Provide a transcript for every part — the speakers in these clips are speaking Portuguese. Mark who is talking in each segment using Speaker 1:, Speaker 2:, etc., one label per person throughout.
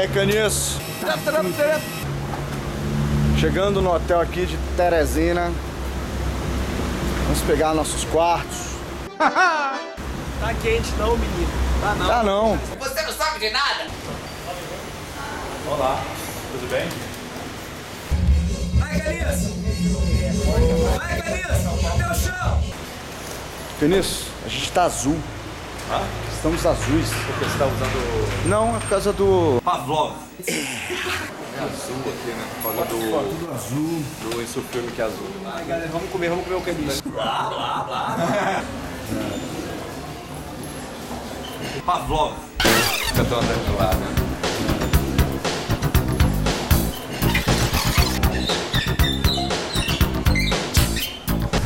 Speaker 1: aí, Canis? Chegando no hotel aqui de Teresina. Vamos pegar nossos quartos.
Speaker 2: Tá quente não, menino. Tá não.
Speaker 1: Ah, não.
Speaker 3: Você não sabe de nada?
Speaker 4: Olá, tudo bem?
Speaker 2: Vai, Galias! Vai, Galias! Até o chão!
Speaker 1: Canis, a gente tá azul.
Speaker 4: Ah?
Speaker 1: Estamos azuis.
Speaker 4: Porque você tá usando
Speaker 1: Não, é por causa do.
Speaker 4: Pavlov. É azul aqui, né? Por causa do,
Speaker 1: Tudo azul.
Speaker 4: do insufilme que é azul.
Speaker 2: Vai, galera, vamos comer, vamos comer o é canis.
Speaker 4: Pavlov. Fica tão andando de lado, né?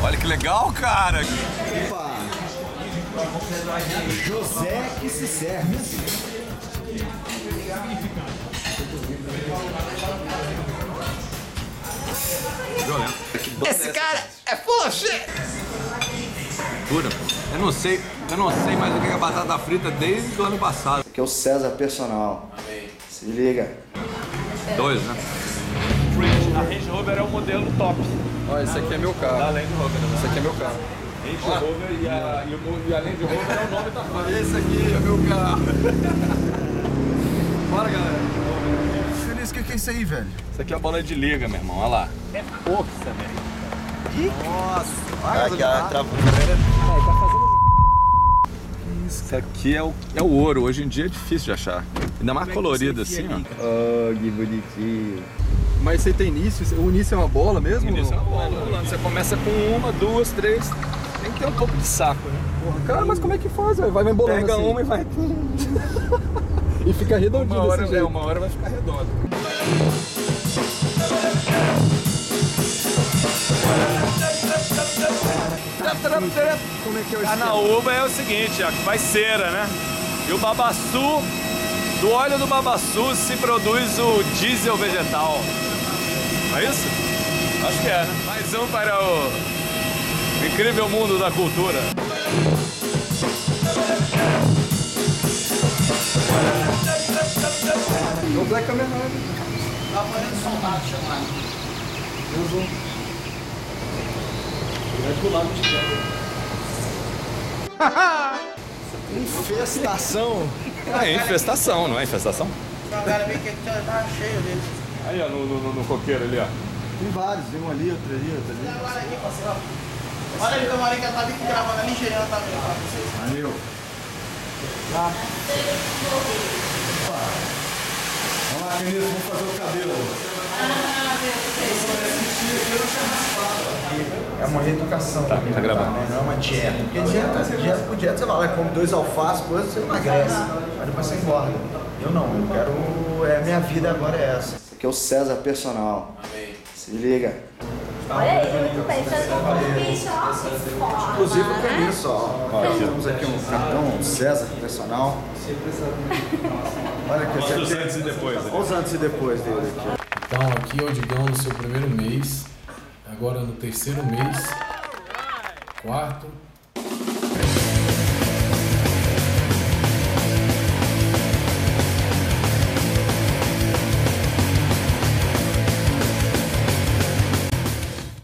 Speaker 4: Olha que legal, cara.
Speaker 1: José que se serve.
Speaker 4: Violento.
Speaker 3: Esse cara é poxa!
Speaker 4: Jura? Eu não sei, eu não sei mais o que é batata frita desde o ano passado.
Speaker 1: Aqui é o César Personal. Se liga.
Speaker 4: Dois, né?
Speaker 2: A Range Rover é o modelo top.
Speaker 4: Olha, esse aqui é meu carro.
Speaker 2: Além do Rover, né?
Speaker 4: Esse aqui é meu carro.
Speaker 2: Range Rover e, a, e, o, e a Land Rover é o nome da fábrica.
Speaker 4: Esse aqui é meu carro. Bora, galera. Feliz, o que, que é isso aí, velho? Isso aqui é a bola de liga, meu irmão. Olha lá.
Speaker 2: É força, velho.
Speaker 4: Nossa. Olha Isso aqui é o, é o ouro. Hoje em dia é difícil de achar. Ainda
Speaker 2: é
Speaker 4: mais colorido assim, ó.
Speaker 1: Oh, que bonitinho.
Speaker 5: Mas você tem início? O início é uma bola mesmo?
Speaker 4: Início é uma bola.
Speaker 2: Você começa com uma, duas, três. Tem que ter um pouco de saco, né?
Speaker 5: Porra, cara, mas como é que faz? velho? Vai me embolando
Speaker 2: Pega
Speaker 5: assim.
Speaker 2: uma e vai.
Speaker 5: E fica redondinho
Speaker 2: Uma hora,
Speaker 5: desse
Speaker 2: é,
Speaker 5: jeito.
Speaker 2: uma hora vai ficar redondo.
Speaker 5: Como é que é o
Speaker 2: A naúba é o seguinte, ó, que faz cera, né? E o babaçu, do óleo do babaçu se produz o diesel vegetal. Não é isso? Acho que é, né? Mais um para o incrível mundo da cultura.
Speaker 5: O Black Kamen Rider.
Speaker 1: Infestação.
Speaker 4: É infestação, não é infestação? Aí, ó, no, no, no- no coqueiro ali, ó.
Speaker 1: Tem vários, tem um ali, outro ali, outro ali.
Speaker 6: Olha ali, camarada, que ela tá ali gravando a nigeriana também, ó, pra vocês. Tá.
Speaker 1: Valeu. Vamos lá, Canis, vamos fazer o cabelo.
Speaker 7: É uma reeducação. Tá,
Speaker 4: tá gravando.
Speaker 7: Não é uma dieta. Porque dieta, dieta por dieta, você vai lá, né? come dois alfaces, coisa, você emagrece. Aí depois você engorda. Eu não, eu quero. É, minha vida agora é essa.
Speaker 1: Esse aqui é o César Personal. Se liga.
Speaker 8: Olha aí, muito bem, fazendo
Speaker 9: Então,
Speaker 8: um bicho, ó, que forma.
Speaker 1: Inclusive com isso, ó. Nós temos aqui um cartão César Personal. Olha que
Speaker 4: Quantos antes e depois? né?
Speaker 1: Olha os antes e depois dele aqui.
Speaker 9: Então aqui é o Digão no seu primeiro mês, agora no terceiro mês, quarto,